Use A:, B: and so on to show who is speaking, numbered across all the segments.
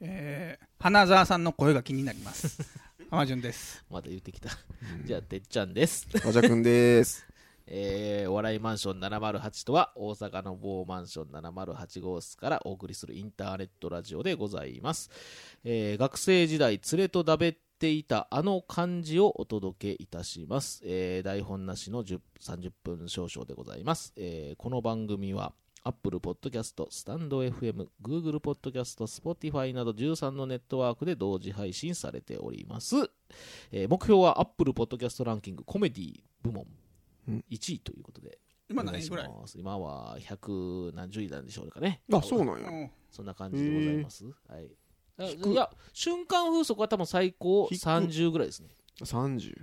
A: えー、花澤さんの声が気になります浜潤です
B: また言ってきた。じゃあ、てっちゃんです。
C: おじゃくんです。
B: えー、お笑いマンション708とは、大阪の某マンション708号室からお送りするインターネットラジオでございます。えー学生時代、連れとだべっていたあの漢字をお届けいたします。えー台本なしの10 30分少々でございます。えーこの番組は、Apple Podcast、StandFM、Google Podcast、Spotify など13のネットワークで同時配信されております。えー目標は Apple Podcast ランキングコメディ部門
C: うん
B: 1位ということで。
A: 今
B: お願
A: 何
B: い
A: 位
B: し
A: ぐらい
B: ます今は100何十位なんでしょうかね。
C: あ、そうなんや。
A: うん
B: そんな感じでございます。はい。あいや、瞬間風速は多分最高
C: 低く
B: 30ぐらいですね。
C: 30。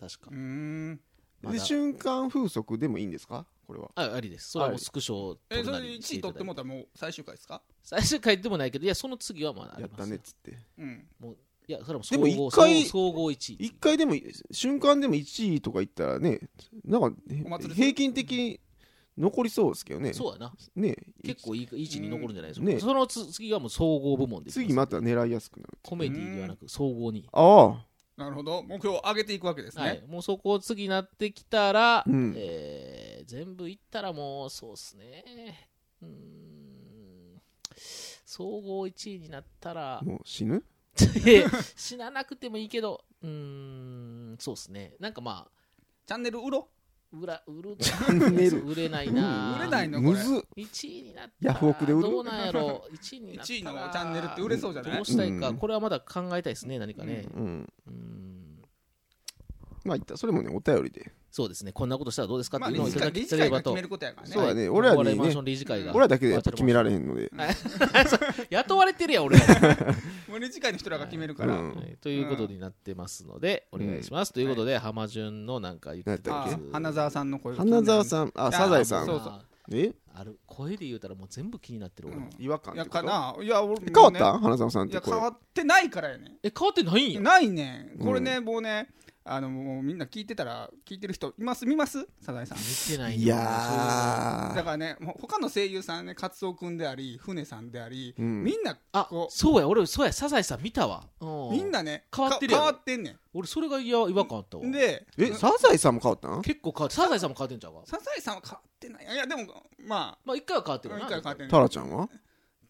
B: 確か
A: う。ーん
B: ま
C: で、
B: だ
C: 瞬間風速でもいいんですかこれは。
B: あありです。それはもうスクショを
A: え
B: 撮
A: そ
B: る
A: れ
B: な
A: で
B: りし
A: 1
B: てい
A: 位
B: ただ
A: 取って
B: い
A: てもうたらもう最終回ですか
B: 最終回でもないけど、いや、その次はまああ
C: や
B: り
C: った
B: ます
C: ねっ
B: よ。
C: つって。
A: うん
B: もういや、それはもう
C: でも
B: 総合
C: 一回
B: 総総合1位
C: 一。回でもいい、瞬間でも1位とか言ったらね、なんか
A: お祭りする
C: 平均的に残りそうですけどね。
B: そうやな。
C: ね
B: 結構いいいい位置に残るんじゃないですか。
C: ね
B: そのつ次はもう総合部門でいきす
C: 次また狙いやすくなる。
B: コメディではなく総合に。
C: あ
A: なるほど目標を上げていくわけですね、
B: はい、もうそこを次なってきたら、
C: うん
B: えー全部いったらもうそうっすねうーん総合1位になったら
C: あ、もう死ぬ
B: 死ななくてもいいけどうーんそうっすねなんかまあ
A: チャンネル売ろ
B: 売ら売る
C: ンネル
B: 売れないな
A: 売れないのこれ
C: むずっ。
B: 1位になったら
C: ヤフオクで売る
B: どうなんやろ1位に なったら
A: 1位のチャンネルって売れそうじゃない
B: どうしたいか、
C: うん
B: これはまだ考えたいですね何かね
C: うん。
B: うーん
C: まあ、いったそれもね、お便りで。
B: そうですねこんなことしたらどうですか
A: う
B: っ
A: ま
B: て
A: あ
B: いう
A: 理
B: のを
A: 事
B: い
A: 会
B: ただけ
A: 理
B: す
A: 事
B: れ
A: 会
B: ば
A: が
B: と
A: 決めることやからね
C: そうだね
B: はい
C: 俺ら
B: お
C: にね
B: 笑いマンション理事会が
C: 俺らだけでやっぱ決められへんので。
B: 雇われてるやん俺ら、は
A: もう理事会の人らが決めるか
C: う
A: ら、
C: ん。
B: いということになってますので、お願いしますということで、浜潤のなんか言ってた
A: あ
B: や
A: あ
B: つ
A: 花澤さんの声が気になる
C: 花沢さん、あ、
A: あ
C: サザエさ。
A: そうんそう
C: え
B: ある声で言うたらもう全部気になってる俺、
A: うん
C: 違和感
A: い
C: っ
A: や
C: てこと
A: かないや俺、
C: え変わっ
A: もう
C: た花沢さんっ
A: ねい
C: て
A: や
C: こ
A: 変
C: れ
A: わってないからやねん
B: え変わってないんや
A: ないねん
C: うん
A: これね、もうねあのもうみんな聞いてたら聞いてる人います見ますサザエさん
B: 見てない
C: いや
A: だ
C: ー
A: からねもう他の声優さんねカツオ君であり船さんであり、
C: うん
A: みんな
B: あ
A: こ
B: そうや俺そうやサザエさん見たわ、う
A: うみんなね
B: 変わってるや
A: か
B: ろ
A: 変わってんね
B: 俺それがいや違和感あったわ
A: んで
C: えサザエさんも変わったん
B: 結構変わってサザエさんも変わってんちゃうか
A: サザエさんは変わってないいやでもま
B: まあ一回は変わっ
A: あ
B: てるな
A: 一回変わってんね
C: タラちゃんは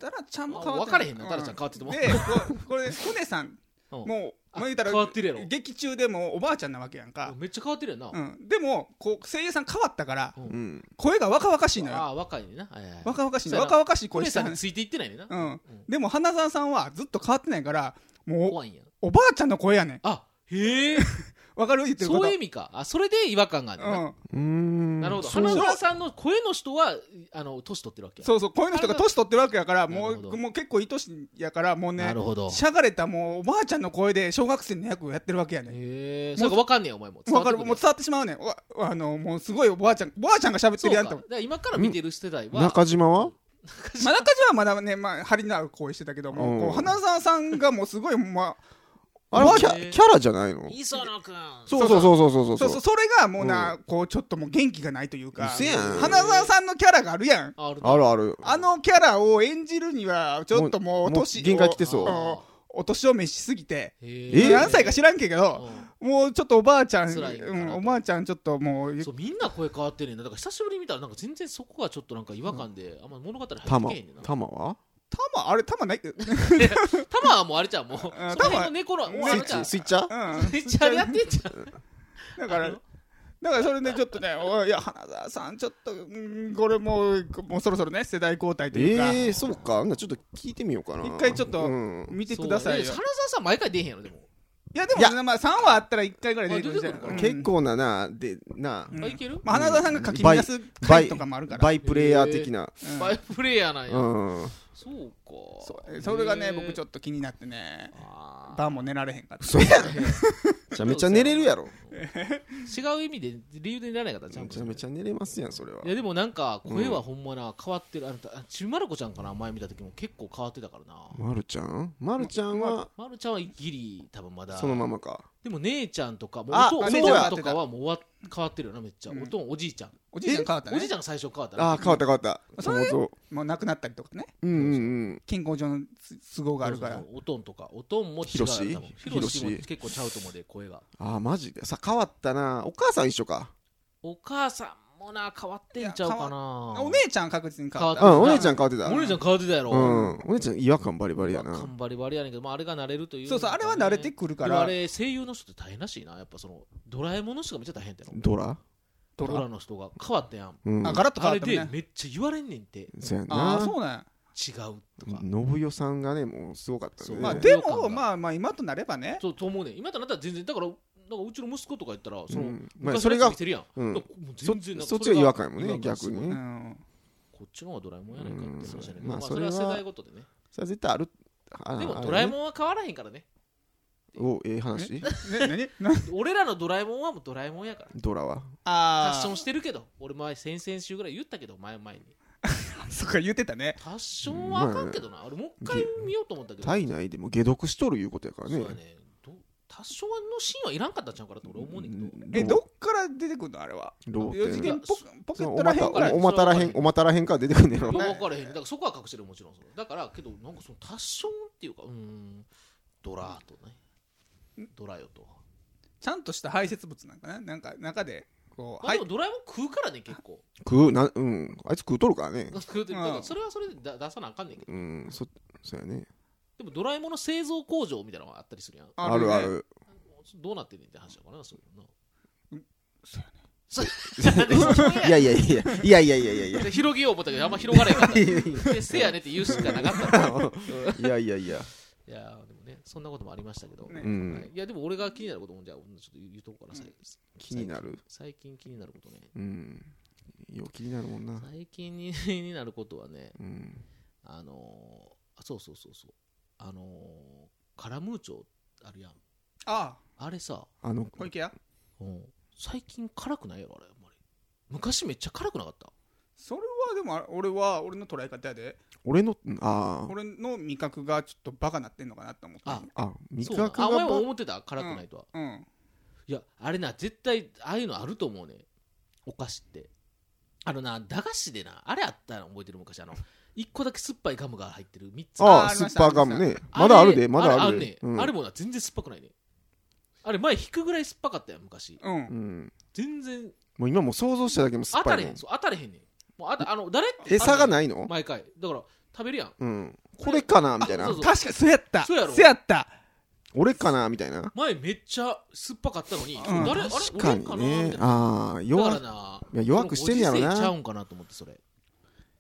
A: タラちゃんも
B: あ
A: 変わって
B: 分かれへんのタラちゃん変わってても
A: でここれ船さん
B: うん
A: もう
B: あ
A: まあ言うたら
B: 変わってるやろ
A: 劇中でもおばあちゃんなわけやんか、
B: めっちゃ変わってるやんな、
A: うん、でもこう声優さん変わったから
B: うん
C: うん
A: 声が若々しいの
B: あ
A: よ
B: あ若いねんな、はいはいはい
A: 若々しいの
B: そうやな
A: 若々しい声
B: 姉
A: し
B: さ
A: て
B: ん
A: はん
B: についていってないねんな、
A: うん
B: うん
A: でも花澤さんはずっと変わってないからもう
B: 怖いんや
A: おばあちゃんの声やねん
B: あへえ
A: わかる言ってるこ
B: そ
A: と
B: ういう意味かあそれで違和感があるんだな、
A: うん
C: うーん
B: なるほど
C: そう
B: 花澤さんの声の人はあの年取ってるわけや
A: そうそうこういうの人が年取ってるわけやから
B: なる
A: も
B: ほど
A: うもう結構いとしやからもう
B: な
A: ね
B: るほど
A: しゃがれたもうおばあちゃんの声で小学生の役をやってるわけやねん
B: へえそれが分かんねえよお前も
A: わかるもう伝わってしまうねんわあのもうすごいおばあちゃんおばあちゃんが喋って
B: そう
A: るや
B: か
A: んと
B: だから今から見てる世代は
C: 中島は
A: まあ、中島はまだね、まあ、張りのある声してたけども、
C: うん
A: こう花澤さんがもうすごい、ま
C: あれ
A: マ
C: は
A: ジ
C: キャキャラじゃないの
B: 磯野君
C: そうそうそうそうそ
A: あ、そ
C: うそうう
A: そう、
C: う
A: それがもうな、こう、ちょっともう元気がないというか、
C: せやん
A: 花澤さんのキャラがあるやん。
B: あある
C: あるある
A: あのキャラを演じるには、ちょっとも
C: も
A: う、
C: う
A: 年を、
C: 限界来てそう
A: あお年を召しすぎて、
B: え
C: え
A: 何歳か知らんけ
B: う
A: ど、
B: ん
A: もうちょっとおばあちゃん、
B: 辛いかな
A: うん、おばあちゃん、ちょっともう、
B: そうみんな声変わってるねんなだから久しぶりに見たらなんか全然そこがちょっとなんか違和感で、あんま物語入って
C: 玉
B: けへんねんな
C: 玉は
A: 玉、あれ、玉ない うん。
B: タマはもうあれじゃんもうその
A: タマ
B: 辺の猫のもうあ
C: スイ
B: れ
C: ッ
B: じゃん
C: チスイッチャー
B: めっちゃあれやってんじゃん
A: だから
B: あの、
A: だからそれでちょっと ね、おいいや、花澤さん、ちょっと、うんこれもう、もうそろそろね、世代交代というか、
C: ええそうかなちょっと聞いてみようかな
A: 一回ちょっと
C: うん
A: 見てくださいよ
B: そう。花澤さん毎回出へんやろでも、
A: いや、でも
C: いや
A: ね、まあ、3話あったら1回ぐらい出てくるじゃん
B: まあ出てくるか
A: う
B: ら
A: ん
C: 結構ななでな
A: うん
B: あいける、
A: まあ、花澤さんが書き乱す回とかもあるから。
C: バイプレイヤー的な
A: うん
B: バイプレイヤーなんや、
C: うん
B: そうか
A: そうえそれがね、僕ちょ
B: っ
A: っと気になってね、
B: と
A: 晩も寝られへんかった。
C: そうやめちゃめちゃ寝れるやろ
B: 違う意味で理由で寝られなかったちゃん
C: め
B: と
C: ちゃめちゃ寝れますやんそれはい
B: やでもなんか声はほんまな変わってるあのあちびまる子ちゃんかな前見た時も結構変わってたからな
C: まるちゃんまるちゃんは
B: まるちゃんはギリ多分まだ
C: そのままか
B: でも姉ちゃんとかもう
C: あ
B: おとお
A: あ
B: 父
A: 姉ちゃん
B: さんとかはもうわ変わってるよなめっちゃ、
A: うん
B: おとんおじいちゃん
A: おじいちゃん変わったね
B: おじいちゃんが最初変わったね
C: ああ変わった変わった
A: そ
C: そう
A: れ
C: そう
A: もう亡くなったりとかね
C: うんうんうん
A: 健康上の都合があるから
B: そうそうそうおとんとかおとんも違う
C: ひろし
B: 多分ひろしも
C: ひろし
B: 結構ちゃうと思うで声が
C: ああマジでさ変わったなお母さん一緒か
B: お母さんもな変わってんちゃうかな
A: お姉ちゃんは確実に変わっ
C: う
A: た
C: んお姉ちゃん変わってた
B: お姉ちゃん変わってたやろ
C: うんお姉ちゃん違和感バリバリやな
B: 頑張りバリやねんけど、まあ、あれが慣れるという
A: そうそうあれは慣れてくるか
B: でもあ
A: ら
B: れ声優の人って大変らしいなやっぱそのドラえもんの人がめっちゃ大変だよ
C: ドラ
B: ドラの人が変わったやん
C: うん
A: あガラッと変
B: あ
A: わっ
B: れ
A: たもん
B: で
A: ね
B: めっちゃ言われんねんって違
C: そうや
A: ああ
C: な
A: そうなんや
B: うとか
C: 信代さんがねもうすごかった
B: そう
C: ね
A: まあ
B: ね
A: で
B: 違和感が
A: もまあまあ今となればね
B: そうと思うねん今となったら全然だからなんかうちの息子とか言ったらその、
C: うんまあ
B: 昔
C: それ
B: のや
C: が
B: つ見てるやん、
C: うん
B: だからもう全然なんか
C: そそっち
B: れ
C: が違和感やもんね
B: 違和感すごい
C: 逆にね
A: うん
B: こっちの方がドラえもんやないかって話やねんけど
C: うん
B: ま
C: ま
B: あ
C: あ
B: それは世
C: それは
B: 代ごとでね
C: それは絶対あるあ
B: でも
C: あ
B: ドラえ
C: ん
B: もんは変わらへんからね
C: おええ話
A: ね何な
B: 俺らのドラえもんはもうドラえもんやから
C: ドラは
B: ファッ
A: あ
B: ション
A: あ
B: してるけど俺前先々週ぐらい言ったけど前々に
A: そっか言ってたね
B: ファッションはあかんけどな、俺もう一回見ようと思ったけど、
C: 体内でも解毒しとるいうことやから
B: そう
C: ね
B: やねど多少のシーンはいらんかったんちゃうかなと俺思うねんけど、
A: えどっから出てくるのあれは
C: ロ
A: 四次
C: ーテン
A: 元ポポケッ
C: お
A: トら
C: ま
A: へ
C: た
A: んぐらい
C: おおまたらへんおまたらへんから出てくんねやろ
B: いや
C: な
B: 分からへんだからそこは隠してるもちろんそのだからけどなんかその多少っていうかうーんドラーとねドラよと、
A: ちゃんとした排泄物なんかななんか中でこう
B: まあ、
A: はい
B: でもドラえもん食うからね結構
C: 食うなうんあいつ食うとるからね
B: 食うてる
A: うん
B: だからそれはそれでだ出さなあかんねんけど
C: うんそそうやね
B: でもドラえもんの製造工場みたいなのがあったりするやん
C: ある
A: ね
C: ある
B: どうなってんねんって話だからなそういうの
A: そう
B: やね
C: いやいやいやいやいやいやいやいや
B: で広げよう思ったけどあんま広がれへんかったでせやねって言うしかなか ったの
C: いやいやいや
B: いやーでもねそんなこともありましたけど、
A: ね
C: うん
B: はいいやでも俺が気になることもじゃあちょっと言うとこから最後です
C: 気になる
B: 最近気になることね
C: うんよ気になるもんな
B: 最近に気になることはね
C: うん
B: あのーあそうそうそうそうあのーカラムーチョあるやん
A: あ
B: あれさ、
C: あの
A: あ小池屋
B: うん最近辛くないやろあれあんまり昔めっちゃ辛くなかった
A: それはでもあれ俺は俺の捉え方やで
C: 俺のうんあ
A: 俺の味覚がちょっとバカなってんのかなって思った
B: あ
C: ああ味
B: そうな
C: 覚
B: あお前
C: が
B: も
C: ば
B: 思ってた辛くないとは、
A: うん
B: いやあれな絶対ああいうのあると思うねお菓子ってあのな駄菓子でなあれあったの覚えてる昔あの1個だけ酸っぱいガムが入ってる3つ
C: あ
A: あ
C: あ
A: り
C: ス
A: まし
C: ッ
A: た
C: パーガムね
B: あれ
C: まだあるでまだある
B: れ
C: で
B: ね
C: うん
B: あれもな全然酸っぱくないねあれ前引くぐらい酸っぱかったやん昔
A: うん
C: うん
B: 全然
C: もう今もう想像しただけでも
B: 当
C: 酸っぱ
B: た
C: い
B: れ
C: も
B: へ
C: ん
B: んそう当たれへんねんもうあたあの誰って
C: 餌が
B: い
C: ないの
B: 毎回だから食べるやん
C: うんこれかなみたい
B: あ
C: な
B: そうそう
A: 確かにそうやった
B: そうやろ
A: った
C: 俺かなみたいな
B: 前めっちゃ酸っぱかったのに、
A: うん
B: 誰あれ
C: 確か
B: 俺
C: に
B: かなみ
C: ね
B: たいな
C: あ
B: だ
C: あ
B: か
C: 弱
B: らない
C: や弱くしてんねやろな
B: このご時世ちゃうんかなと思ってそれ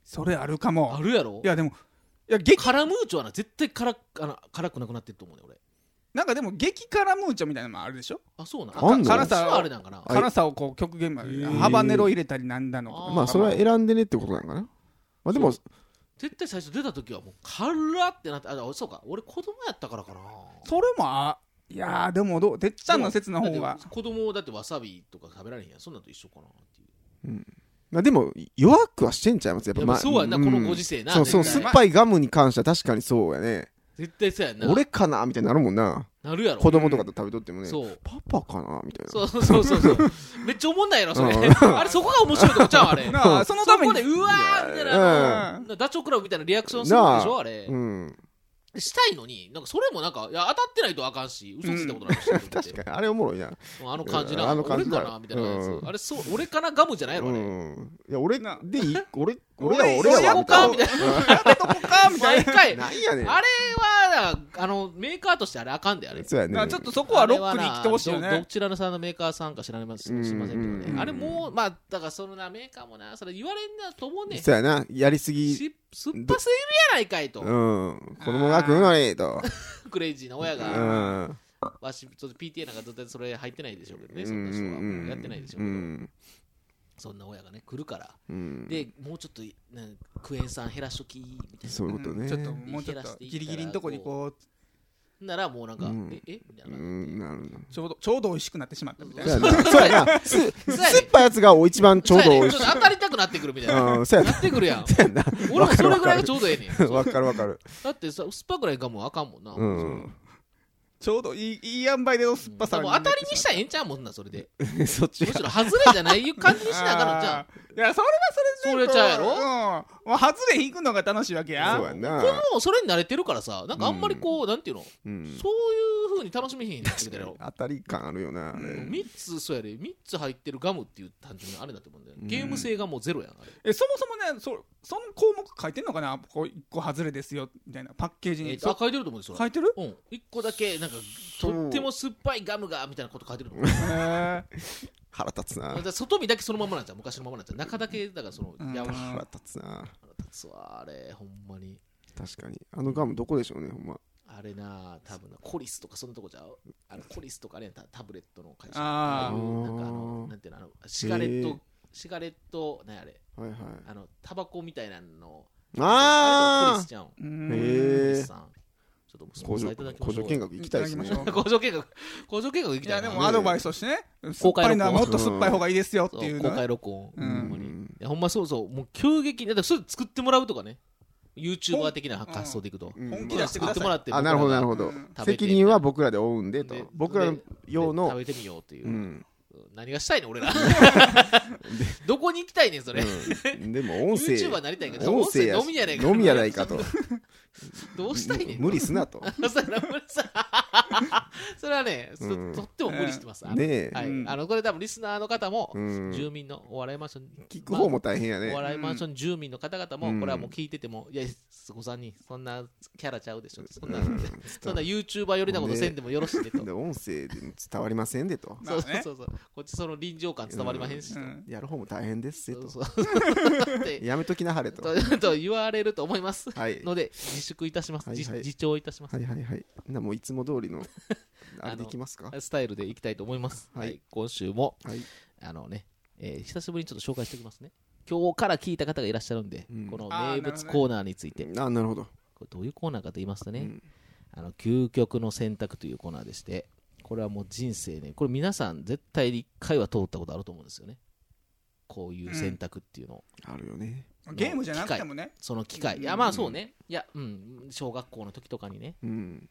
A: それあるか
B: あ
A: も
B: るやろ
A: いやでもいや激
B: カラムーチョはな絶対辛くあの辛くなくなってると思うね俺
A: なんかでも激辛ムーチョみたいなのもあるでしょ
B: あそうなん
C: あんの
B: 辛さはあれなんかな
C: あ
A: 辛さをこう極限まで
C: へー
A: ハバネロ入れたりなんだの
B: あー
C: まあそれは選んでねってことなのかなまあでも
B: 絶対最初出た時はもう辛ってなってあそうか俺子供やったからかな
A: それもあいやーでもどうてっちゃんの説の方
B: だ
A: が
B: って子供だってわさびとか食べられへんやんそんなんと一緒かなっていう
C: まあでも弱くはしてんちゃいますやっ
B: や
C: ぱ
B: っ
C: ま
B: ぱ
C: あ
B: そうやんな、
C: ん
B: このご時世な
C: そうそう
B: 絶
C: 酸
B: 対
C: っぱいガムに関しては確かにそうやね
B: 絶対そうやんな
C: 俺かなみたいになるもんな
B: なるやろ
C: 子供とかと食べとってもね
B: そう
C: パパかなみたいな
B: そうそうそうそうそうめっちゃおもんないやろそれ
C: うん
B: あれそこが面白いとこちゃうあれ
A: な あそのため
B: そこで
A: に
B: うわーみたいなあのダチョウ倶楽部みたいなリアクションするんでしょあれ
C: うん
B: したいのに、なんかそれもなんか、いや、当たってないとあかんし、嘘ついたことないし、
C: 確かにあれおもろいな
B: あの感じな、
C: うんあの感じだ
B: 俺かなみたいなやつ、
C: うん
B: あれ、そう、俺かなガムじゃないの
C: う
B: あれ。
C: んいや俺
A: な
C: でいい 俺俺
A: 俺
C: だ俺だ
B: や
C: わ
B: ろ
C: み
B: うか
C: たい
B: みたいな。
A: やめとこかみたい
B: 毎回、あ
C: なんやね
B: れ
C: ん
B: は、あの、メーカーとしてあれあかんで、あれ。
C: そうや
A: な
C: ね
A: ちょっとそこはロックに来てほしいよ
B: あれはなど
A: ね
B: どちらのさんのメーカーさんか知られます知
C: うん
B: りませんけどね、
C: うん
B: あれもうまあだからそのなメーカーもなそれ言われんなと思うねん
C: そうやなやりすぎ
B: し酸っぱすぎるやないかいと、
C: うん子供が食うのにと
B: クレイジーな親
C: う
B: が、
C: ん
B: わしちょっと PTA なんか絶対それ入ってないでしょうけどね、
C: う
B: そんな人は
C: ん
B: やってないでしょうけど、
C: うん
B: そんな親がね来るから
C: うん
B: でもうちょっとなんかクエン酸減らしときみたい
C: そういうこと
A: う
C: ね
A: んちょっともうちょっとギリギリのとこにこう
B: なならもうなんか、
C: うん
B: ええみたいうな、
C: んなるな
A: ちょうどちょうど美味しくなってしまったみたい
C: そう
A: な
C: やな。そうやな。す
B: そうやね
C: 酸っぱいやつがお一番 ちょうど
B: そ
C: 美
B: やね
C: 味しい
B: ちょっと当たりたくなってくるみたいな、
C: うん、そうや
B: なってくるや ん
C: な。
B: 俺もそれ
C: わ
B: ぐ
C: から
B: いが
C: る
B: ちょうどええねん
C: わかるわかる。
B: だってさ酸っぱくないガムはあかんもんな、
C: うん。
A: ちょうどいいいい塩梅での酸っぱさ
B: でも当たりにしたらええんちゃうもんなそれで
C: そっち
B: むし
C: が
B: ろ外れじゃない感じにしな がらじゃ
A: いやそれはそれで
B: それちゃうやろ
A: うんもう外れ引くのが楽しいわけや
C: そうや
B: あ
C: な
B: これもうそれに慣れてるからさなんかあんまりこう、なんていうの
C: うん
B: そういうふうに楽しみひんなってきたやろ
C: 当たり感あるよなあれ
A: うん
B: 3つそうやで3つ入ってるガムっていう単純にあれだと思うんだよね
C: うん
B: ゲーム性がもうゼロやんあれ
A: えそもそもねそその項目書いてんのかなこう1個外れですよみたいなパッケージ
B: え
A: に、
B: ーとあ書いてると思うんですよ
A: 書いてる
B: うん、1個だけなんかとっても酸っぱいガムがみたいなこと書い てると思う
A: へー
C: 腹立つ
B: だ
C: な
B: から外見だけそのままなんちゃう昔のままなんちゃう中だけだからその
A: うん
B: やばい腹
C: 腹立つな
B: 立つわあれほんまに
C: 確かにあのガムどこでしょうねほんま
B: あれなあ多分なコリスとかそんなとこじゃうあのコリスとかあれやんタタブレットの会社
A: あー
B: ああいうなんかあのなんていうのあのシガレッ
C: へ
B: ト
C: ー
B: シガレットなんやあれ
C: はいはい
B: あのタバコみたいなのれとコリ
C: あ
B: スちゃう
A: うー
B: ん
A: ん
C: へー
B: コリスさんちょっともうスポ
C: 工
B: ンサー
C: 場
B: いただき
C: 工
B: ましょ
C: 場
B: う
C: 見学行きたいです
A: い
C: ね
A: ただきましょ
B: 工場見学工場見学行
A: い
B: きた
A: や
B: い
A: で
B: な
A: もアドバイスとしてね酸
B: 公
A: っ
B: 開
A: ぱいのは
B: 録音
A: もっと酸っぱい方がいいですよって
B: そ
A: いうう
B: 公
A: のね
B: 開録音、
A: うん
B: ほんまに
C: う
B: い
C: ん
B: やほんまそうそうもう急激にだってそれ作ってもらうとかね YouTuber 的な発想でいくと、
C: うん
A: 本気出してく
B: 作っ
A: だ
B: ても
A: さ
B: ら
A: い
B: って
C: あなるほどなる
B: ほ
C: ほど
A: うん
B: 食べて
C: 責任は僕らで負うんでと
B: で
C: 僕ら用
B: 食
C: の
B: べてみようっていう、
C: うん
B: 何がしたいの俺ら どこに行きたいねんそれ、
C: うんでも音声
B: YouTuber になりたいけど
C: 音声
B: 音声飲みやないか
C: 飲みやないかと
B: どうしたいねん
C: 無無理すなと
B: それは無理さそれはね、そ
C: うん
B: とっても無理してます、あの
C: ねえ
B: はい
A: うん
B: あのこれ多分リスナーの方も、
C: うん
B: 住民のお笑いマンション
C: 聞く方も大変や
B: お
C: ね
B: 笑いマンション住民の方々
C: う
B: も
C: ん
B: これはもう聞いてても、いやごさんにそんなキャラちゃうでしょそ んな、
C: うん
B: そんな YouTuber 寄りなことせんでもよろし いでと、
C: で音声で伝わりませんでと
B: そうそうそうそうこっちその臨場感伝わりまへんしと、
A: うん
C: やる方も大変ですせ
B: そう
C: と
B: そう って
C: やめときなはれとは
B: とと言われると思います
C: い
B: ので自粛いたします、
C: はいはい
B: 自自重いたします、
C: はいはいはいなもういつも 通りのあれでいきますか
B: スタイルでいきたいと思います、は
C: はいい
B: 今週も
C: はい
B: あのね、えー久しぶりにちょっと紹介しておきますね今日から聞いた方がいらっしゃるんで、
C: うん
B: この
A: あー
B: 名
A: なるほ
B: 物
A: どね
B: コーナーについて
C: あなるほど
B: これどういうコーナーかと言いますとね、
C: うん
B: あの究極の選択というコーナーでしてこれはもう人生ねこれ皆さん絶対に1回は通ったことあると思うんですよねこういう選択っていうのを、
C: あるよね
A: ゲームじゃなくてもね
B: その機会いやまあそうねいやうん小学校の時とかにね
C: うん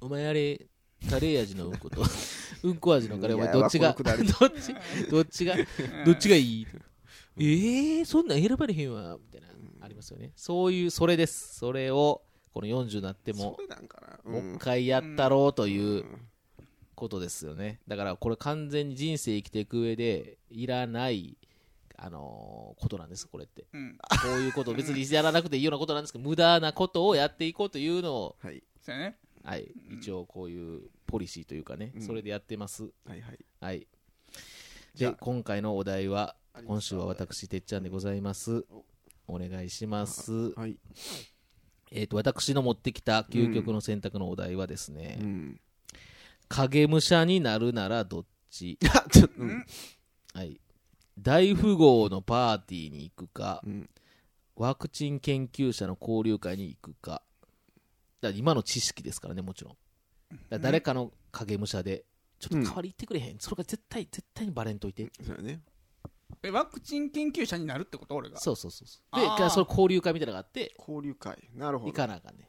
B: お前あれカレー味のうんこと うんこ味のカレーお前
C: いや
B: どっちが
C: わこのくだ り
B: どっちどっちがどっち
A: が
B: がいいえー、そんなん選ばれへんわみたいなありますよねそういうそれですそれをこの40になっても
C: それなんかな
B: も
C: う
B: うん一回やったろうということですよねだからこれ完全に人生生きていく上でいらないあのーことなんですこれって
A: うん
B: こういう こと別にやらなくていいようなことなんですけど無駄なことをやっていこうというのを
C: はい
A: そうやね
B: はい、一応こういうポリシーというかね、
C: うん
B: それでやってます。
C: はいはい
B: はい。
C: じゃ
B: で
C: あ、
B: 今回のお題は
C: あります、か
B: 今週は私、てっちゃんでございます。お願いします。
C: はい
B: えっ、と、私の持ってきた究極の選択のお題はですね、
C: うん
B: 影武者になるならどっち
C: あ ちょっと
A: うん
B: はい。大富豪のパーティーに行くか、
C: うん
B: ワクチン研究者の交流会に行くか。だから今の知識ですからね、もちろん。だから誰かの影武者で、ちょっと代わり行ってくれへん。それが絶対、絶対にバレんといて。
C: そうやね
A: えワクチン研究者になるってこと俺が
B: そうそうそうそう。で、
A: あー
B: じゃあその交流会みたいなのがあって、
C: 交流会なるほ
B: 行
C: ど
B: かなあかんね。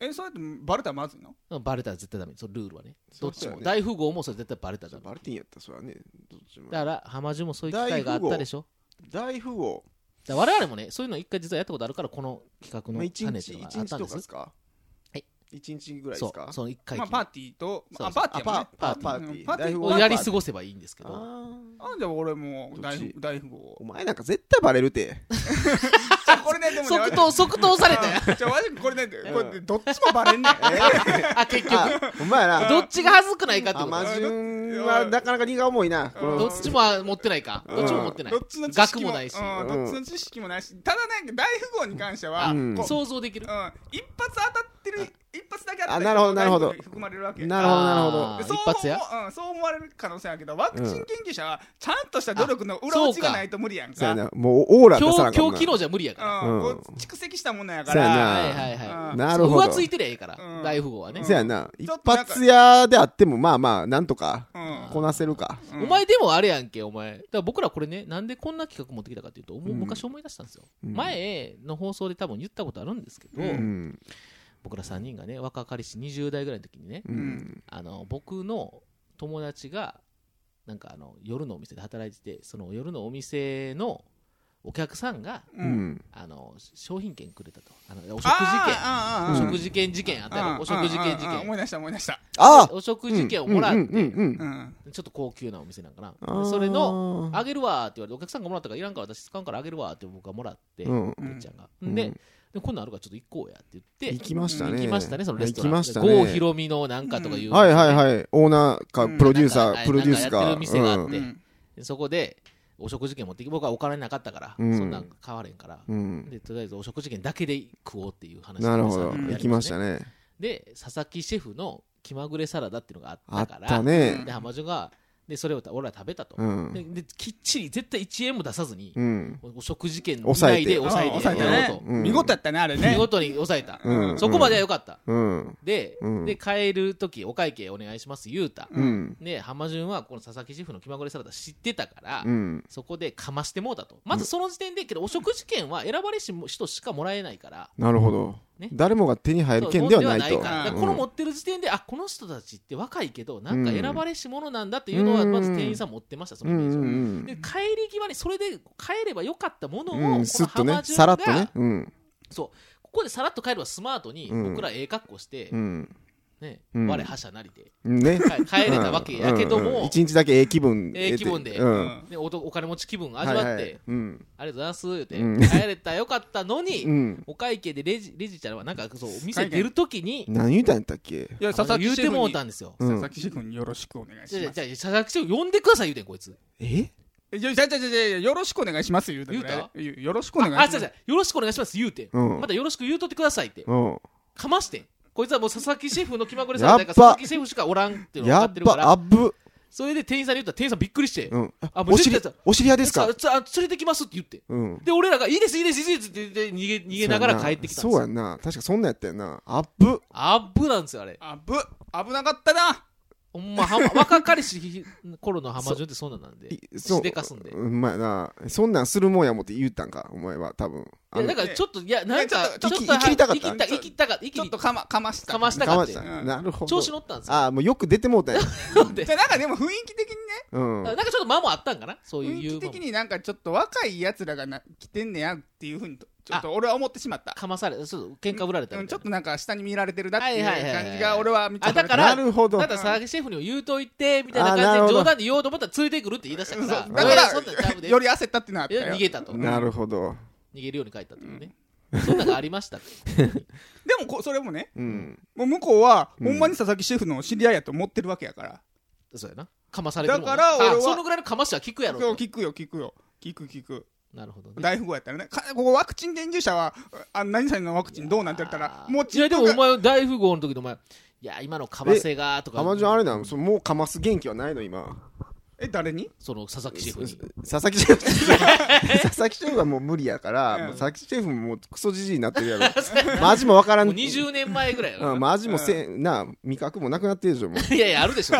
A: えそれってバレたらまずいの
B: バレたら絶対ダメ。そのルールはね。ど
C: そ
B: っ
C: う
B: ち
C: だよ
B: も。
C: ね
B: 大富豪もそれ絶対バレたらダメ。
C: バルティンやったらそれはねどっちも
B: だから、浜中もそういう機会があったでしょ。
C: 大富豪
B: だから我々もね、そういうの一回実はやったことあるから、この企画
C: ま
B: の
C: あ一
B: 種
C: 日
B: とい
C: 一
B: うのがあっ
C: 日
B: たん
C: と
B: で
C: かですす。か
B: はい
C: 一日ぐらいで
B: そ
C: すか
B: う、その一回
A: まあ
B: きり
A: パーティーと
B: そう
A: あ
B: そう
A: パーティーやもんね
C: あパーパーティー
A: パーティー
C: 大富豪
B: を
A: は
B: やり過ごせばいいんですけど、
C: あー
A: あじゃあ俺もう
C: どっ
A: 大
C: ち
A: 富大富豪
C: お前なんか絶対バレる て
A: あこれねでもね
B: 即答、即答されたよ。
A: たじゃあマジでこれねこれねどっちもバレんねん
B: あ、結局、
C: あお前やな
B: どっちが恥ずくないかってこ
C: 甘
B: と。
C: 順はなかなか荷が重いな。こ
A: うん
B: ど
C: の
B: っちも持ってないか。
C: ん
B: どっちも持ってない
A: どっちの。知識
B: 額もないし。
A: うん
C: うん
A: どっちの知識もないし、ただね、大富豪に関しては、
B: あ
C: うん
A: こう
B: 想像できる
A: う。ん一発当たってる、一発だけ当たって
C: あなるほどなるほど
A: 大富豪に含まれるわけ。
C: なるほどなるほ
B: あ
A: で
C: ど。
B: ー
A: そう
B: 一発や
A: 思ううん、そう思われる可能性あるけど、ワクチン研究者は、ちゃんとした努力の裏打ちがないと無理やん
C: そう
A: か。
C: や
A: うん
C: な。もうオーラ出さな
B: 今
C: あ
B: 日、
C: か
B: 今日、
C: んな。
B: 昨日じゃ無理やか
A: こ
C: うん
A: う蓄積したものやか
C: そうや
B: ら。
C: な
A: ら、
B: はいはいは
A: う
B: い。
A: ん
C: なるほど
B: 浮ついてりゃいいから
A: う、ん
B: 大富豪はね。
C: そうやな。
A: ん
C: 一発屋であっても、まあまあ、なんとか
A: うん
C: こなせるか。
A: う
B: お前でもあれやんけ、お前。だから僕らこれね、なんでこんな企画持ってきたかっていうと、もう昔思い出したんですよ。
C: うん
B: 前の放送で多分言ったことあるんですけど、
C: うん。
B: 僕ら3人がね若かりし20代ぐらいの時にね
C: うん
B: あの僕の友達がなんかあの夜のお店で働いててその夜のお店のお客さんが
C: う
A: うん
C: ん
B: あの商品券くれたとあのお食
A: あー
B: 事券
A: あ
B: お
A: ーあー
C: うん
B: 食事券事件あったやろお食事
A: あーあーあ
B: 券
A: ー
B: 事
A: 思
B: 件
A: い出した思い出した
C: あ
B: お食事券をもらっ
C: うんうんう
B: て
C: ん
A: うん
B: ちょっと高級なお店なんか
C: う
B: なんそれの「あ
C: あ
B: げるわ」って言われてお客さんがもらったからいらんから私使うからあげるわって僕がもらって
C: ーうん
B: てっちゃんが
C: うん
B: ででこんなんあるからちょっと行こうやって言っ
C: 行
B: て
C: きましたね
B: 行きましたねそのレスト
C: 行き
B: ラン
C: まし
B: で
C: た
B: 郷ひ
C: ね
B: ろみのなんかとかいう
C: はいはいはいオーナーか
A: うん
C: プロデューサ
B: なんか
C: ープロデュース
B: なんか
C: か
B: やってる店があっ
A: う
B: て
A: ん
B: そこでお食事券持ってき僕はお金なかったから、
C: うん
B: そんなん買われんから、
C: うんうん
B: でとりあえずお食事券だけで食おうっていう話
C: なるほど
B: で
A: うん
C: 行きました
B: ね
C: ね
B: で佐々木シェフの気まぐれサラダっていうのがあ
C: あ
B: っ
C: った
B: から
C: たね
B: で浜女がでそれを俺ら食べたと、
C: うん
B: でできっちり絶対1円も出さずに
C: う、ん
B: お食事券
C: 抑
B: ない
C: えて
B: で抑え
A: あー
B: て
A: 抑えたね
B: やろうと、
C: うん
A: 見事やったねあれ
B: 見
A: ね
B: 事に抑えた、
C: うん
B: そこまではよかった
C: うん
B: で,、
C: うん
B: で帰る時お会計お願いします言うた、
C: うん
B: で浜順はこの佐々木シェフの気まぐれサラダ知ってたから、
C: うん
B: そこでかましてもうたとまずその時点でけどお食事券は選ばれし人しかもらえないから
C: なるほど
B: ね
C: 誰もが手に入る
B: そう
C: 券ではない
B: 持っ
C: と
B: てからだから
C: うん
B: この持ってる時点であこの人たちって若いけどなんか選ばれし者なんだっていうのは
C: うん
B: まず店員さん持ってましたその
C: う
B: イメ
C: ん
B: ージ
C: う
B: を
C: ん
B: で帰り際にそれで帰ればよかったものを、
C: うんう
B: こ
C: んす
B: の
C: っと
B: 浜
C: ね
B: 順
C: さら
B: が
C: っとねうん
B: ここでさらっと帰ればスマートに
C: うん
B: 僕らええ格好して、
C: うん
B: ね
C: うん
B: 我覇者なりで
C: ね
B: 帰帰れたわけやけど
C: うんうんうん
B: も、
C: 一日だけええ気分
B: ええ気分で
C: 得てうん
B: ねおとお金持ち気分味わって、
C: はいはいうん
B: ありがとうございます言って、
C: うん
B: 帰れたらよかったのに、
C: うん
B: お会計でレジレジちゃんはなんかそうお店出るときに
C: 何言うたんやったっけ
A: いや佐
B: あ
A: 々
B: の言
A: 木
B: う
A: シェ
B: て
A: フ
B: もう
A: に
B: たんですよ。
C: う
A: 佐
C: ん
A: 々木シェフによろしくお願い
B: じゃ
A: し
B: あじゃ
A: ま
B: あ
A: す
B: じゃあ佐々木さん呼んでください言うてんこいつ。
C: え
A: いやいやいやいやいやよろしくお願いします言うて
B: 言うた
A: よろしくお
B: あ
A: 願いしま
B: あ
A: す
B: じゃあじゃよろしくお願いします言うてん。
C: うん
B: またよろしく言うとってくださいって
C: うん
B: かましてん。こいつはもう佐々木シェフの気まぐれさ
C: や
B: ん
C: っ
B: だ
C: ぱ
B: から佐々木シェフしかおらんっていうの分
C: や
B: か
C: っ
B: ってるから
C: ぱあぶ
B: それで店員さんに言ったら店員さんびっくりして
C: うん
B: あもう
C: お知り
B: 絶対
C: お知り合いですか
B: つあつ連れてきますって言って
C: うん
B: で俺らがいいですいいですいいですって言って逃げ逃げながら帰ってきたんです
C: そうや
B: よ。
C: んな確かそんなんやったよなあっぶ
B: あっぶなんですよあれ。
A: あぶ危なかったな
B: ほんまはま若かりし頃の浜順ってそんなんなんで
C: いそう
B: しでかすんで。
C: うんまやなそんなんするもんやもって言うたんかお前は多分
B: い
C: あ
B: や
C: の
B: だからちょっと、いや、なんか、
A: ちょっと
B: ちょっ
C: 生き生きりたかった
B: 生きた、生きたかった、生
A: ちょっ
B: き
A: とかまかました
B: かました
C: か
B: か
C: ま
B: っ
C: してた。
A: うん
C: なるほど
B: 調子乗ったんですよ。
C: ああもうよく出てもうたやん
B: で
A: じゃあなんかでも雰囲気的にね
C: うん
B: なんかちょっと間もあったんかなそういう
A: 雰囲気
B: 間も
A: 的になんかちょっと若いやつらがな来てんねやっていうふうにとちょっと俺は思ってしまった
B: かまされた、そう喧嘩売られた
A: う
B: み
A: んち
B: た
A: ょっ
B: いな。
A: となんか下に見られてるなっていう
B: はいはいはいはい
A: 感じが俺は見ちゃった
B: あだから
C: なるほど
B: なんか佐々木シェフにも言うといて、みたいな感
C: あなる
B: じで
C: ほど
B: 冗談で言おうと思ったら連れてくるって言い出したから、
A: そうだから
B: そんなんちゃうで
A: より焦ったっていうのはあったよ
B: 逃げたと。逃
C: なるほど
B: げるように帰ったというね。そんなのがありましたと。
A: でもこそれもね
C: うん
A: もう向こうはほんまに佐々木シェフの知り合いやと思ってるわけやから
B: そうやな。かまされてるもんね
A: だから俺は
B: あそのぐらいのかましは聞くやろ
A: 今
B: と。
A: 日聞くよ聞くよ聞く聞く
B: なるほどね。
A: 大富豪やったらねかここワクチン研究者はあ何歳のワクチンどうなんて言ったら
B: あー
A: もうち
B: いや
A: っ
B: で
A: と
B: もお
A: が
B: 前大富豪の時のお前いや今のかませがとか
C: 浜順あれなのそのもうかます元気はないの今
A: え誰に
B: その佐々木シェフに
C: 佐々木シェフ佐々木シェフはもう無理やから
A: うん
C: もう佐々木シェフももうクソじじいになってるやろマジもわからん
B: もう20年前ぐらいやろ
C: うん、まあ味もせ、なあ味覚もなくなってるでしょもう
B: いやいやあるでしょ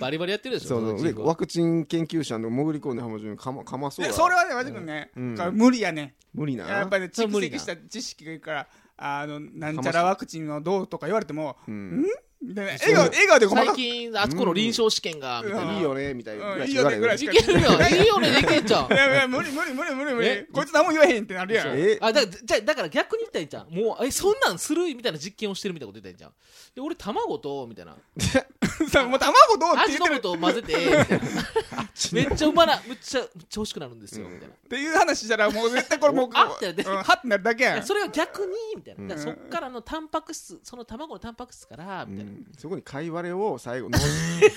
B: バリバリやってるでしょ
C: その
B: 佐々木シェフは
C: ワクチン研究者の潜り込んで浜順かまかまそう
A: え
C: だ
A: それはねマジ君ね
C: うん
A: だから無理やね
C: 無理な
A: やっぱりね
B: それ無
A: 蓄
B: 理な
A: 積した知識がいるからあのなんちゃらワクチンのどうとか言われても
C: うん、
A: みたいな笑顔笑顔でごまか
B: 最
A: す
B: 近あそこの臨床試験がみたい
A: うん
B: ない
C: いよねみたいな、
A: うん
C: い
A: いい
C: 言
A: よ
C: わ
A: ね
C: れ
A: ぐらい
C: る
A: し
B: い
A: か
B: けるよいいよねでけんじゃん
A: いやいや無理無理無理無理無
B: え
A: 理こいつ何も言わへんってなるやん
C: え
B: あだからじゃあだから逆に言ったらいいんじゃんもうえそんなんするみたいな実験をしてるみたいなこと言ったらいいんじゃんで俺卵とみたいな
A: さもう卵どうって言
B: 味
A: っ
B: の
A: てる
B: 素を混ぜ てみたいなめっちゃうまなむっちゃむっちゃ美味しくなるんですよみたいな
A: っていう話したらもう絶対これもう
B: お あってなって
A: うんはってなるだけやん
B: それが逆にみたい
C: うん
B: なだからそっからのタンパク質その卵のタンパク質からみたいな、
C: そこに貝割れを最後の
B: せ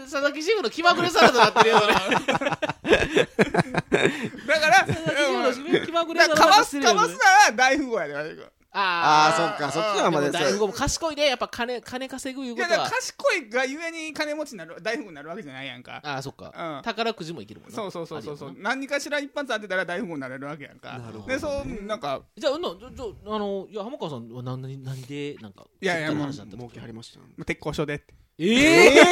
B: 佐々木シェフの気まぐれサラダになってるよそれ 佐
A: だから
B: 々木シェフの気まぐれ
A: だ
B: サ
A: からか
B: ラダにな
A: ま
B: っ
A: す
B: てる
A: か
B: よ
A: ますなら大富豪やでマジ君
C: あ
B: あ
C: あそっかそっちはま
B: あ
C: で
B: 大富豪も賢いでやっぱ金金稼ぐいう
A: い
B: こ
A: や
B: と
A: だから
B: は
A: 賢いがゆえに金持ちになる大富豪になるわけじゃないやんか
B: ああそっか、
A: うん
B: 宝くじもいけるもんな
A: そうそうそうそうそ
B: あ
A: う
B: るよな
A: 何かしら一発当てたら大富豪になれるわけやんか
B: なるほどね
A: でそうなんか
B: じゃあうんじゃあじゃああのいや浜川さんは何何何でなんか
A: いやいや
B: そんな
A: もう
B: 話になった
C: 儲けはりました
A: 鉄鋼所でって
B: ええ
A: いや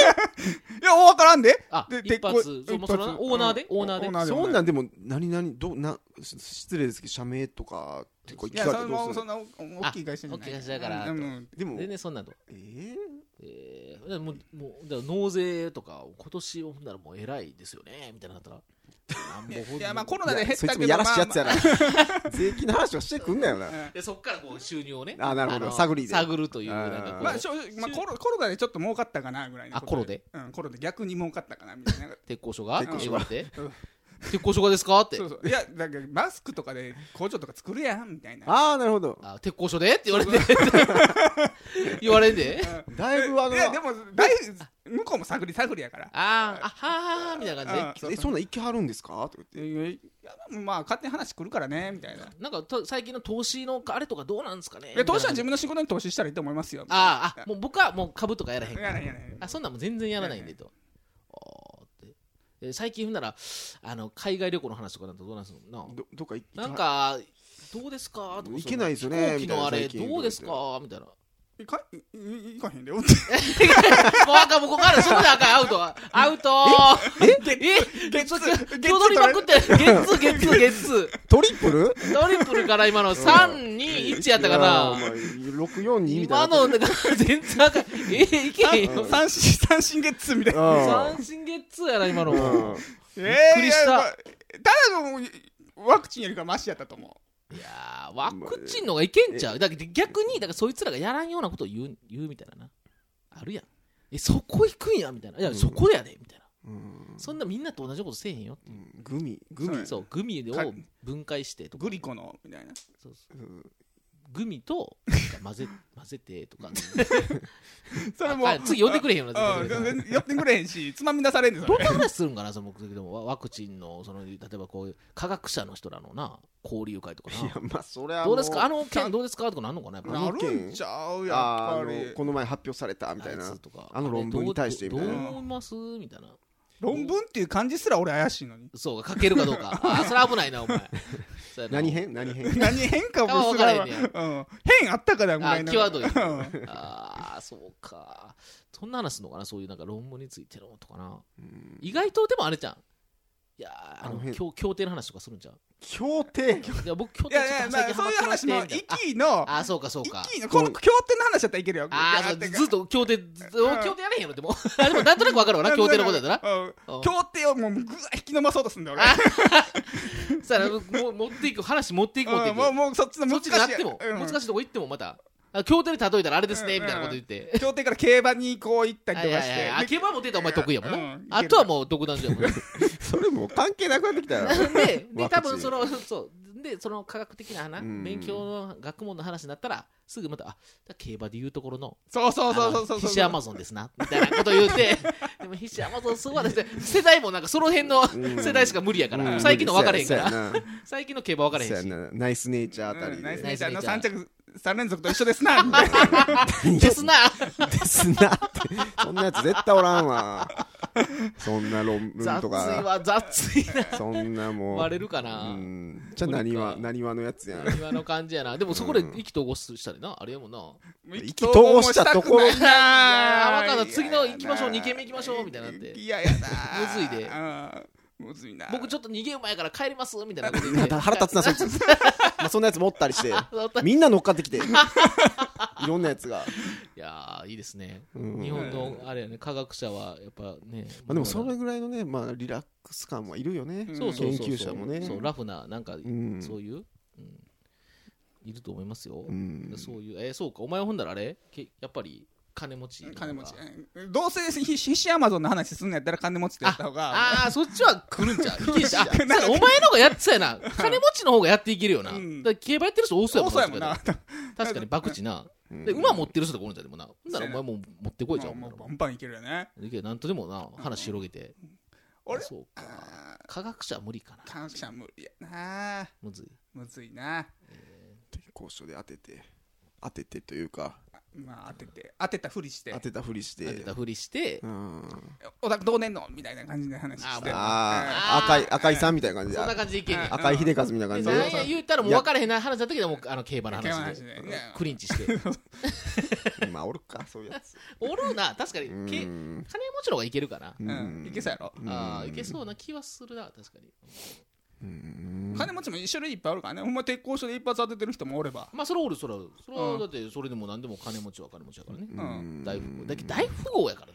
A: 分からんで
B: あ
A: で
B: 一
A: 鉄
B: 発
A: 骨
B: そうもうそ
A: 一
B: の
A: 発
B: オーナーで
A: うん
B: オーナーで
A: オーナーで
C: そんなんでも何々どうなし失礼ですけど社名とかってこう
A: い
C: 聞
A: や
C: かれ
A: そ
C: て
A: ん
C: ど
A: な
C: うす
A: そ
C: る
A: んな大きい会社じゃない
B: あ大きい会社だから
A: うん
C: でも
B: 全然そんなんと
C: えー
B: えー、もうもうだから納税とか今年ほんならもう偉いですよねみたいなのだったらなんぼほん
A: いやまあコロナで
C: い
A: 減
C: や
A: っ
C: そい
A: た
C: つ
A: け
C: も
A: ど
C: やらしいやつや
A: ま
C: な税金の話はしてくんなよな
A: あまあうん
B: でそっからこう収入をね
C: あなるほど
B: の
C: 探りで
B: 探るという
C: あ
B: な
C: ー
B: んかこう、
A: まあ正直まあコロコロナでちょっと儲かったかなぐらいの
B: あコロで
A: うんコロで逆に儲かったかなみ たいな
B: 鉄工所が
C: 鉄
A: 工所
B: 言われて
A: うん
B: 鉄工所がですかって
A: そうそういやだからマスクとかで工場とか作るやんみたいな
C: ああなるほど
B: あ鉄工所でって言わ れて言われんで
C: だいぶあの
A: いやでもだい向こうも探り探りやから
B: あーあはーみたいな感
A: あ
B: じ
A: そう
C: えそんなん行きはるんですかとか言って
A: いやいやまあ勝手に話来るからねみたいな
B: でなんかと最近の投資のあれとかどうなんですかね
A: いや投資は自
B: 分
A: 分の仕事に投資したらいいと思いますよ
B: あーあもう僕はもう株とかやらへん
A: い
B: から
A: やいやいや
B: あそんなんも全然やらないんでと。あーってで最近ほんならあの海外旅行の話とかなんてどうなんすの
C: どどっか行
B: ななんかどうですかとか
C: 行けないですよね
B: 飛行機のあれ
C: みたいな最近
B: どうですかみたいな。
A: いかいいいかへんでよ
B: もうあかんもうここからそこであかんアウ トはアウトえ えゲッツ気を取りまくってゲッツゲッツゲッツ
C: トリプル
B: トリプルから今の321やったかな
C: 六四二み
B: 今
C: たいな
B: のなんか全然あかんえいけへんよ
A: 三振三振ゲッツーみたいな
C: の
B: 三振ゲッツやな今の
C: うん
A: び
B: っくりした
A: ただのワクチンよりかマシやったと思
B: いやーワクチンの方がいけんちゃうだから逆にだからそいつらがやらんようなことを言う言うみたいななあるやんえそこ行くんやみたいないやそこやでみたいな、
C: うん
B: そんなみんなと同じことせえへんよ、
C: うんグミグミ
A: うん
B: そうグミを分解して
A: う
B: とか
A: グリコのみたいな
B: そうそう
C: うん
B: グミとなんか混ぜ混ぜてとか
A: それも
B: あ次呼んでくれへんよな
A: うん
B: 全然
A: 全然寄ってくれへんしつまみ出されんでそ
B: どん
A: れ
B: な話するんかなそのでもワワクチンのその例えばこういう科学者の人らのな交流会とか
C: いや
B: な
C: まあそれは
B: どうですかあ
C: の
B: の件どうですかとかなんのかなやっぱ
A: なるんちゃうや
C: あ
A: っぱ
C: の
A: り
C: この前発表されたみたい
B: あ
C: な
B: つとか
C: あの論文に対して
B: あれど
A: み
B: う
A: たい
B: ど
A: な
B: う思いますみたいな
A: 論文っていう感じすら俺怪しいのに
B: そうか書けるかどうかあそれ危ないなお前そうやな
C: 何変何変
A: 何変かもす
B: あ
A: ら
B: 分からへん
A: うん変あったかだぐらい
B: あ
A: な
B: 際どい
A: うん
B: ああそうかそんな話すんのかなそういうなんか論文についてのとかな
C: うん
B: 意外とでもあれじゃんいやーあ
C: あの
B: の
C: 辺
B: 協協定の話とかするんじゃん
C: 協定
B: いや僕協
A: い
B: 定ちょ
A: やいや
B: っと
A: ま
B: 最
A: あ
B: 近
A: そういう
B: ハマっ
A: 話
B: てま
A: の
B: してみたい
A: 息の
B: なあーそうかそうか
A: 息のこの協定の話だったらいけるよ
B: あ
A: いや
B: あ
A: てか
B: ずっと協定ずっと協定やれへんやろでも あでもなんとなくわかるわな協定のことやったな
A: うん
B: うん
A: 協定をもうぐわ引き伸ばそうとすんだよ俺
B: あそしたらもう持っていく話持っていく持ってい
A: うんもう
B: く
A: もうそっちの
B: そ
A: 難
B: っ
A: し
B: ち
A: い
B: になっても
A: うん
B: 難しいとこ行ってもまたあ協定に例えたらあれですね
A: うん
B: みたいなこと言って
A: 協定から競馬にこう行ったり
B: はい
A: と
B: は
A: か
B: い
A: し
B: はい
A: て
B: あ競馬も出たらお前得意やもんな、
A: うんいける
B: あとはもう独断 じゃもんな
C: それもう関係なくなってきたよ
B: でで
C: ワク
B: 多
C: チン
B: 分そのそうでその科学的な話
C: うん
B: 勉強の学問の話になったらすぐまたあ競馬で言うところの
A: そうそうそうそう
B: あ
A: そう
B: の
A: そう
B: ヒシアマゾンですなみたいなこと言 うてでもヒシアマゾンそうだって世代もなんかその辺の
C: ん
B: 世代しか無理やから、
A: うん
B: 最近の分かれへんか
C: そう
B: ら
C: やな
B: 最近の競馬分かれへん
C: そう
B: し
C: やなナイスネイチャーあたり
A: うんナイス
C: で
A: ネイチャーの
B: ナイ
A: 三
B: スネ
A: 着三連続と一緒ですなみたいな
B: ですな
C: ですなって そんなやつ絶対おらんわそんな論文
B: 雑い
C: とか
B: は雑いな
C: そんなもう
B: 割れるかな、
C: うんじゃあ何は何はのやつや ん
B: 今の感じやなでもそこで意気投合したりなあれやもんな
C: 意気投合したところ
A: 意気投合もしたくないな
B: あ分かんない次の行きましょう二軒目行きましょうみたいになって
A: いややだ
B: むずいで
A: うんむずいな
B: 僕ちょっと逃げ馬やから帰りますみたいなこと言って
C: 腹腹立つなそい つまあそんなやつ持ったりして
B: そうだい
C: みんな乗っかってきていろんなやつが
B: や ーいいですね、
C: うん
B: 日本のあれやね科学者はやっぱね
C: まあでもそれぐらいのねまあリラックス感はいるよね
A: うん
B: そうそうそうそう
C: 研究者もね
B: そうラフななんか、
C: ん
B: そういう、うんいると思いますよ、
C: うん
B: そういうえーそうかお前ほんだらあれけやっぱり金持ちなのか
A: 金持ちうんどうせひひしアマゾンの話すんのやったら金持ちってやった方が
B: ああーそっちは来るんちゃ ういけんし
A: な
B: あ
A: んか
B: そうやお前の方がやってたやな金持ちの方がやっていけるよな、
A: うん
B: だから競馬やってる人多そう
A: 多
B: やもん
A: そうやもんな
B: 確かに確かに博打な、
C: うん
B: で馬持ってる人とかおるんじゃうでもなほんな
A: そう
B: ら
A: や
B: お
A: な
B: 前もう持ってこいじゃん、
A: もうも
B: お
A: う
B: 前
A: バンバンいけるよね
B: いけなんとでもな話広げて、
A: うんあれ
B: そうか
A: あ
B: 科学者は無理かな
A: ー科学者無理やな
B: むずい
A: むずいな
C: 交渉で当てて当ててというか
A: まあ、当てて当てたふりして
C: 当てたふりして
B: 当てたふりして
C: う、ん
A: お宅どうねんのみたいな感じで話して
C: あー
B: あー
C: 赤い赤井さんみたいな感じで
B: そんな感じでいけんねん
A: あ
C: 赤井秀和みたいな
B: で
C: 感じ
B: なん
C: で
B: や言ったらもう分からへんな話だったけどもあの競馬の話
A: 競馬
B: で
A: の話でね
B: クリンチして
C: 今おるかそういうやつ
B: おるな確かにけ
C: うん
B: 金持ちの方がいけるかな
A: うん、いけそうやろ、
B: あーいけそうな気はするな確かに
A: 金持ちも一種類いっぱいおるからねほんま鉄鋼所で一発当ててる人もおれば
B: まあそれはおるそれはそれ
A: う
B: は
A: ん
B: だってそれでも何でも金持ちは金持ちやからね
A: うん、
B: 大富豪だけど大富豪やからな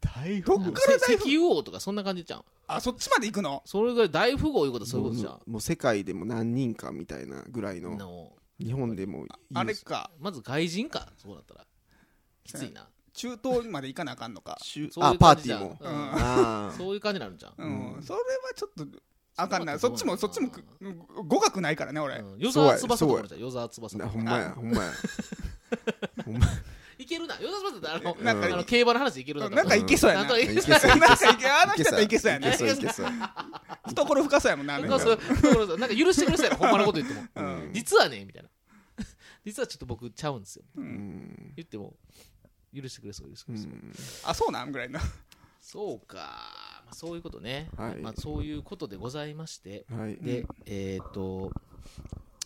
C: 大富
B: あの
A: から
B: せ
A: 大富豪
B: 石油王とかそんな感じじゃん
A: あそっちまで行くの
B: それが大富豪いうことはそういうことじゃん
C: もう世界でも何人かみたいなぐらいの
B: の
C: 日本でもいい
A: あれか
B: まず外人かそうなったらきついな
A: 中東まで行かなあかんのか
C: しゅ
B: そう
C: あ
B: いう
C: パー
B: 感じ
C: テ
B: じ
C: ィ
B: ゃ
C: ー
B: ん
C: も
A: うん
C: あー
B: そういう感じになるんじゃん
A: うん、それはちょっとあかんなそ
B: そ
A: うっ
B: なんだ
A: ちもそっちもく語学ないからね俺、
B: うん与沢翼とかおるじゃん与沢翼と
C: な
B: か
C: ほんまやほん まやほんま
B: いけるな与沢翼ってあ
A: なんか
B: のあの競馬の話いけるな
A: なんかいけそうやな
B: なんかい
C: や
B: けそ
C: い
B: う
C: けそう
A: なんかいけあの人やったら
C: い
A: いけそうや
C: いけ
A: ね
C: そういけそう
A: 懐深さやもんなあの
B: なんか
A: 人
B: それそうそうなんか許してくださいよほんまのこと言っても
A: うん
B: 実はねみたいな 実はちょっと僕ちゃうんですよ
C: うん
B: 言っても許してくれそう許してくれそう、
A: あそうなんぐらいの
B: そうか、まあ、そういうことね、
C: はい
B: まあ、そういうことでございまして
C: はい
B: で、えっ、と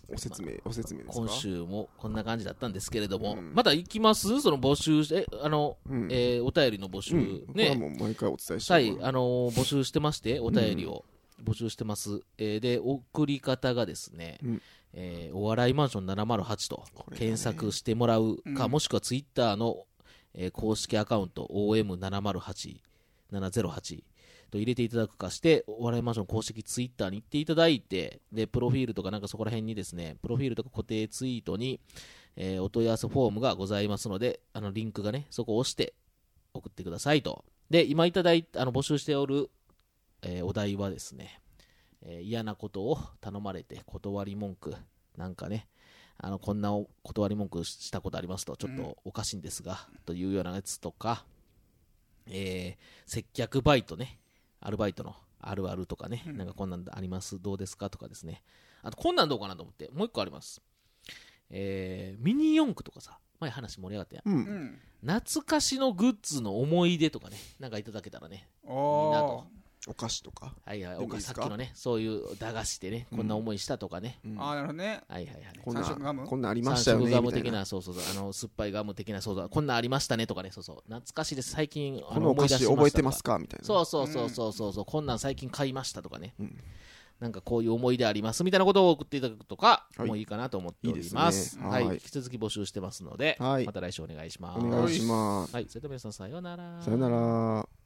C: お説明お説明ですか
B: 今週もこんな感じだったんですけれども、
C: うん
B: まだ行きますその募集してえあの、
C: うん
B: えーお便りの募集、
C: うんこれは
B: ね
C: もう毎回お伝えして
B: は
C: る
B: い、あのー募集してまして、お便りを募集してます。えーで、送り方がですね、
C: うん
B: えーお笑いマンション708と
C: これがね
B: 検索してもらうか、
A: うん
B: もしくはツイッターの、えー公式アカウント、OM708、708と入れていただくかして、お笑いマンション公式ツイッターに行っていただいて、で、プロフィールとかなんかそこら辺にですね、プロフィールとか固定ツイートに、えーお問い合わせフォームがございますので、あのリンクがね、そこを押して送ってくださいと。で、今いただいあの募集しておる、えーお題はですね、えー嫌なことを頼まれて断り文句、なんかね、あのこんなお断り文句したことありますと、ちょっとおかしいんですが、というようなやつとか、えー接客バイトね、アルバイトのあるあるとかね、なんかこんなんあります、どうですかとかですね、あとこんなんどうかなと思って、もう一個あります。えーミニ四駆とかさ、前話盛り上がったやん。
C: う
A: うんん
B: 懐かしのグッズの思い出とかね、なんかいただけたらね、いいな
A: お
B: と
C: お菓子とか
B: はいはい、
C: でもいい
B: おか
C: です
B: さっ
C: か
B: きのね、そういう駄菓子でね、こんな思いしたとかね、
A: ーあーなるほどね
B: はいはいはい。
C: こんな
A: 三色ガム
C: こんなんありま
B: 三
C: したよ
B: 色
C: ね
B: ガム
C: みたい
B: 的
C: な
B: な、そうそうそう、あの、酸っぱいガム的な、そうそう、こんなんありましたねとかね、そうそう、懐かしいです、最近、あ
C: このお菓子
B: 思い出し
C: 覚え
B: したと
C: てますかみたいな
B: そうそうそうそうそうそう、こんなん最近買いましたとかね、なんかこういう思い出ありますみたいなことを送っていただくとか、
C: はい
B: もういいかなと思っております
C: いいですね
B: は
C: はいい
B: 引き続き募集してますので、
C: はい
B: また来週お願いします
C: お願いします
B: はいそれでは皆さんさようなら
C: さよなら